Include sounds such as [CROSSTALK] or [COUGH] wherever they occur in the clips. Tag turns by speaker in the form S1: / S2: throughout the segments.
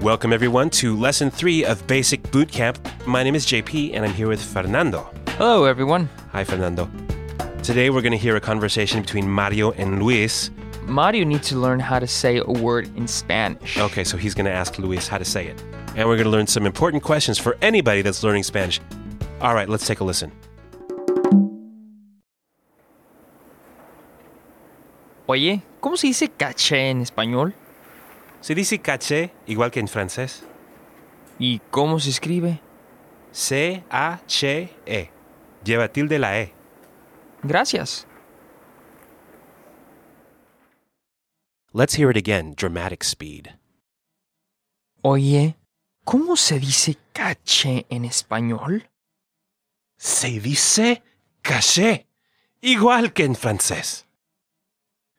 S1: Welcome, everyone, to lesson three of Basic Bootcamp. My name is JP, and I'm here with Fernando.
S2: Hello, everyone.
S1: Hi, Fernando. Today, we're going to hear a conversation between Mario and Luis.
S2: Mario needs to learn how to say a word in Spanish.
S1: Okay, so he's going to ask Luis how to say it. And we're going to learn some important questions for anybody that's learning Spanish. All right, let's take a listen.
S2: Oye, ¿cómo se dice caché en español?
S1: ¿Se dice caché igual que en francés?
S2: ¿Y cómo se escribe?
S1: C-A-C-E. Lleva tilde E. la E.
S2: Gracias.
S1: Let's hear it again, dramatic speed.
S2: Oye, ¿cómo se dice caché en español?
S1: Se dice caché, igual que en francés.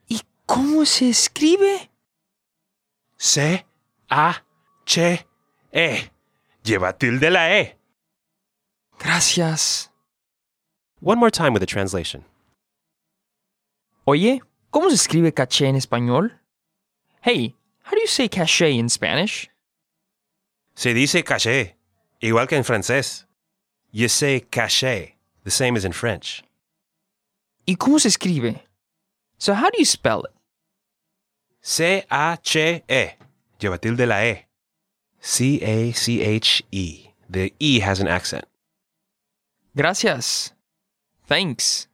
S2: ¿Y cómo se escribe?
S1: C-A-C-E. E. Lleva tilde la E.
S2: Gracias.
S1: One more time with a translation.
S2: Oye, ¿cómo se escribe caché en español? Hey, how do you say caché in Spanish?
S1: Se dice caché, igual que en francés. You say caché, the same as in French.
S2: ¿Y cómo se escribe? So how do you spell it?
S1: C-A-C-E. E. Lleva tilde la E. C-A-C-H-E. The E has an accent.
S2: Gracias. Thanks.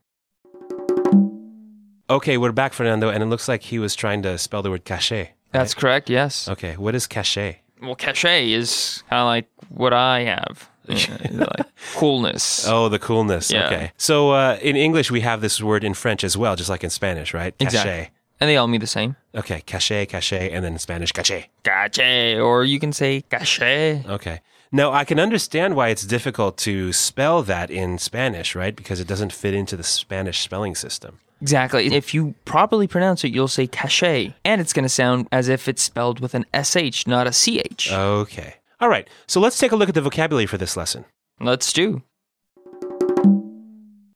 S1: Okay, we're back, Fernando, and it looks like he was trying to spell the word caché.
S2: That's correct, yes.
S1: Okay, what is caché?
S2: Well, cachet is kind of like what I have. Yeah, [LAUGHS] like coolness.
S1: Oh, the coolness.
S2: Yeah.
S1: Okay. So uh, in English, we have this word in French as well, just like in Spanish, right? Caché.
S2: Exactly. And they all mean the same.
S1: Okay, caché, caché, and then in Spanish, caché.
S2: Cache, or you can say cache.
S1: Okay. Now, I can understand why it's difficult to spell that in Spanish, right? Because it doesn't fit into the Spanish spelling system.
S2: Exactly. If you properly pronounce it, you'll say cache, and it's going to sound as if it's spelled with an sh, not a ch.
S1: Oh. Okay. All right. So let's take a look at the vocabulary for this lesson.
S2: Let's do.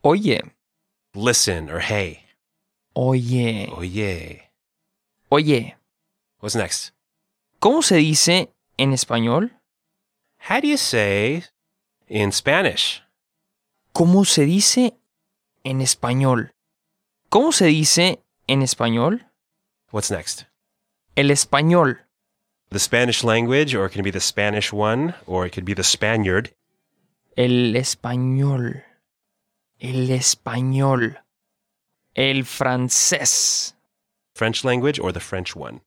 S2: Oye,
S1: Listen or hey.
S2: oye,
S1: Oh, yeah.
S2: oye.
S1: What's next?
S2: ¿Cómo se dice en español?
S1: How do you say in Spanish?
S2: ¿Cómo se dice en español? ¿Cómo se dice en español?
S1: What's next?
S2: El español.
S1: The Spanish language, or it can be the Spanish one, or it could be the Spaniard.
S2: El español. El español. El francés.
S1: French language, or the French one.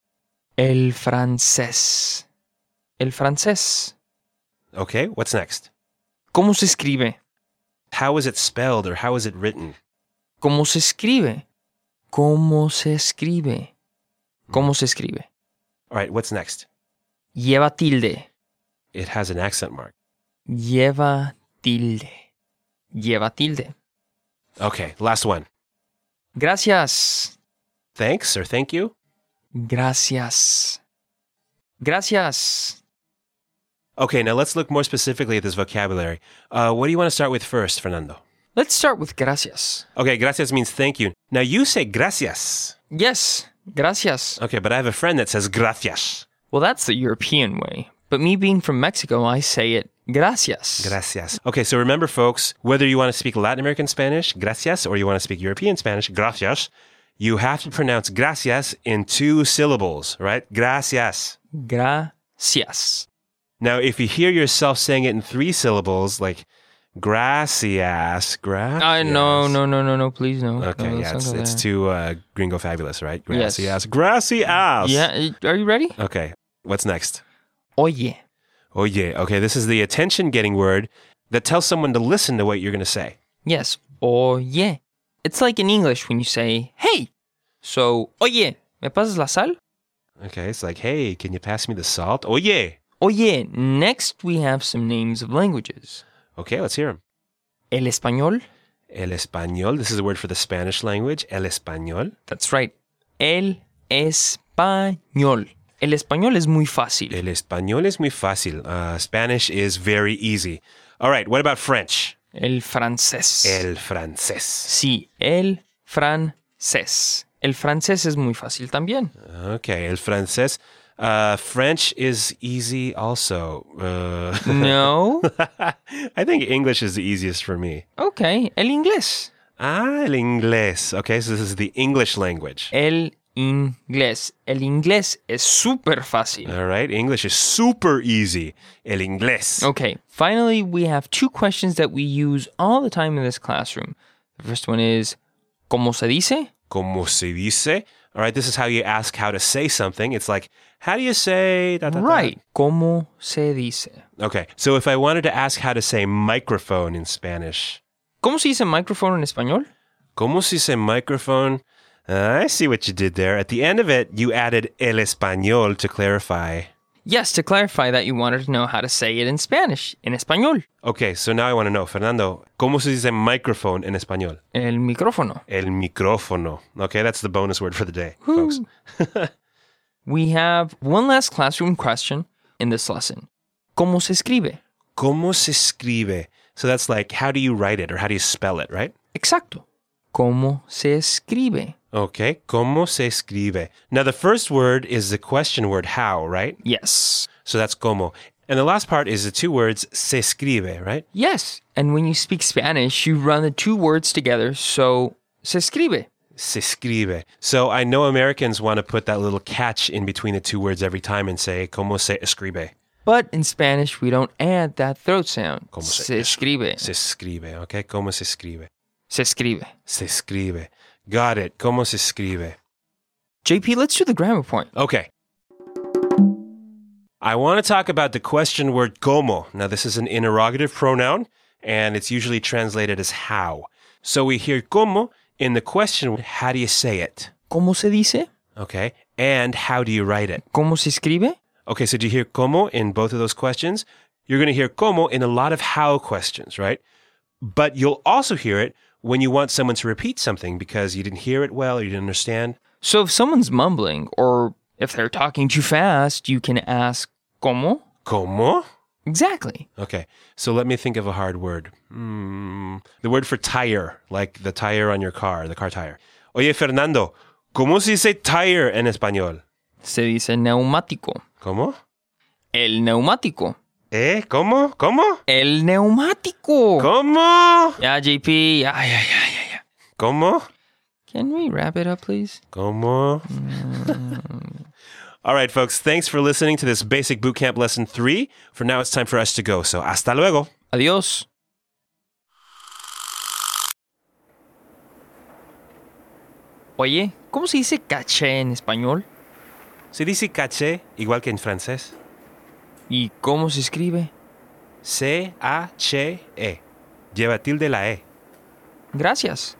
S2: El francés. El francés.
S1: Okay, what's next?
S2: ¿Cómo se escribe?
S1: How is it spelled or how is it written?
S2: ¿Cómo se escribe? ¿Cómo se escribe? ¿Cómo se escribe?
S1: All right, what's next?
S2: Lleva tilde.
S1: It has an accent mark.
S2: Lleva tilde. Lleva tilde.
S1: Okay, last one.
S2: Gracias.
S1: Thanks or thank you.
S2: Gracias. Gracias.
S1: Okay, now let's look more specifically at this vocabulary. Uh, what do you want to start with first, Fernando?
S2: Let's start with gracias.
S1: Okay, gracias means thank you. Now you say gracias.
S2: Yes, gracias.
S1: Okay, but I have a friend that says gracias.
S2: Well, that's the European way. But me being from Mexico, I say it gracias.
S1: Gracias. Okay, so remember, folks, whether you want to speak Latin American Spanish, gracias, or you want to speak European Spanish, gracias, you have to pronounce gracias in two syllables, right? Gracias.
S2: gracias.
S1: Now, if you hear yourself saying it in three syllables, like gracias, gracias.
S2: I Ah, no, no, no, no, no, please no.
S1: Okay,
S2: No,
S1: yeah, it's,
S2: let's not go
S1: it's
S2: there.
S1: too uh, gringo fabulous, right?
S2: Yes.
S1: Gracias, gracias.
S2: Yeah, are you ready?
S1: Okay, what's next?
S2: Oye.
S1: Oh, yeah. Okay, this is the attention getting word that tells someone to listen to what you're going to say.
S2: Yes, oye. It's like in English when you say hey. So, oye, ¿me pasas la sal?
S1: Okay, it's like, hey, can you pass me the salt? Oh, yeah.
S2: Oye, next we have some names of languages.
S1: Okay, let's hear them.
S2: El español.
S1: El español. This is a word for the Spanish language. El español.
S2: That's right. El español. El español es muy fácil.
S1: El español es muy fácil. Uh, Spanish is very easy. All right, what about French?
S2: El francés.
S1: El francés.
S2: Sí, el francés. El francés es muy fácil también.
S1: Okay, el francés. Uh, French is easy also. Uh, [LAUGHS]
S2: No.
S1: I think English is the easiest for me.
S2: Okay. El inglés.
S1: Ah, el inglés. Okay, so this is the English language.
S2: El inglés. El inglés es súper fácil.
S1: All right, English is super easy. El inglés.
S2: Okay. Finally, we have two questions that we use all the time in this classroom. The first one is, ¿Cómo se dice?
S1: Como se dice? All right, this is how you ask how to say something. It's like, how do you say? Da, da, da?
S2: Right. ¿Cómo se dice?
S1: Okay, so if I wanted to ask how to say microphone in Spanish,
S2: ¿Cómo se dice micrófono en español?
S1: como se dice microphone? Uh, I see what you did there. At the end of it, you added el español to clarify.
S2: Yes, to clarify that you wanted to know how to say it in Spanish, en español.
S1: Okay, so now I want to know, Fernando, ¿cómo se dice microphone in español?
S2: El micrófono.
S1: El micrófono. Okay, that's the bonus word for the day, folks.
S2: We have one last classroom question in this lesson. ¿Cómo se escribe?
S1: ¿Cómo se escribe? So that's like, how do you write it or how do you spell it, right?
S2: Exacto. ¿Cómo se escribe?
S1: Okay, ¿cómo se escribe? Now, the first word is the question word how, right?
S2: Yes.
S1: So that's como. And the last part is the two words se escribe, right?
S2: Yes. And when you speak Spanish, you run the two words together, so se escribe.
S1: Se escribe. So I know Americans want to put that little catch in between the two words every time and say, ¿cómo se escribe?
S2: But in Spanish, we don't add that throat sound.
S1: ¿Cómo
S2: se,
S1: se
S2: escribe.
S1: Se escribe, okay? ¿Cómo se escribe?
S2: Se escribe.
S1: Se escribe. Got it. ¿Cómo se escribe?
S2: JP, let's do the grammar point.
S1: Okay. I want to talk about the question word como. Now, this is an interrogative pronoun, and it's usually translated as how. So we hear como in the question word, how do you say it?
S2: ¿Cómo se dice?
S1: Okay. And how do you write it?
S2: ¿Cómo se escribe?
S1: Okay, so do you hear como in both of those questions? You're going to hear como in a lot of how questions, right? But you'll also hear it when you want someone to repeat something because you didn't hear it well or you didn't understand.
S2: So if someone's mumbling or if they're talking too fast, you can ask ¿Cómo?
S1: Como?
S2: Exactly.
S1: Okay, so let me think of a hard word. Hmm, the word for tire, like the tire on your car, the car tire. Oye, Fernando, ¿cómo se dice tire en español?
S2: Se dice neumático.
S1: ¿Cómo?
S2: El neumático.
S1: ¿Eh? ¿Cómo? ¿Cómo?
S2: El neumático.
S1: ¿Cómo?
S2: yeah, JP. Yeah, yeah, yeah, yeah, yeah.
S1: ¿Cómo?
S2: Can we wrap it up, please?
S1: Como. [LAUGHS] All right, folks, thanks for listening to this basic bootcamp lesson three. For now, it's time for us to go. So, hasta luego.
S2: Adios. Oye, ¿cómo se dice caché en español?
S1: Se dice caché igual que en francés.
S2: ¿Y cómo se escribe?
S1: C-A-C-E. Lleva tilde la E.
S2: Gracias.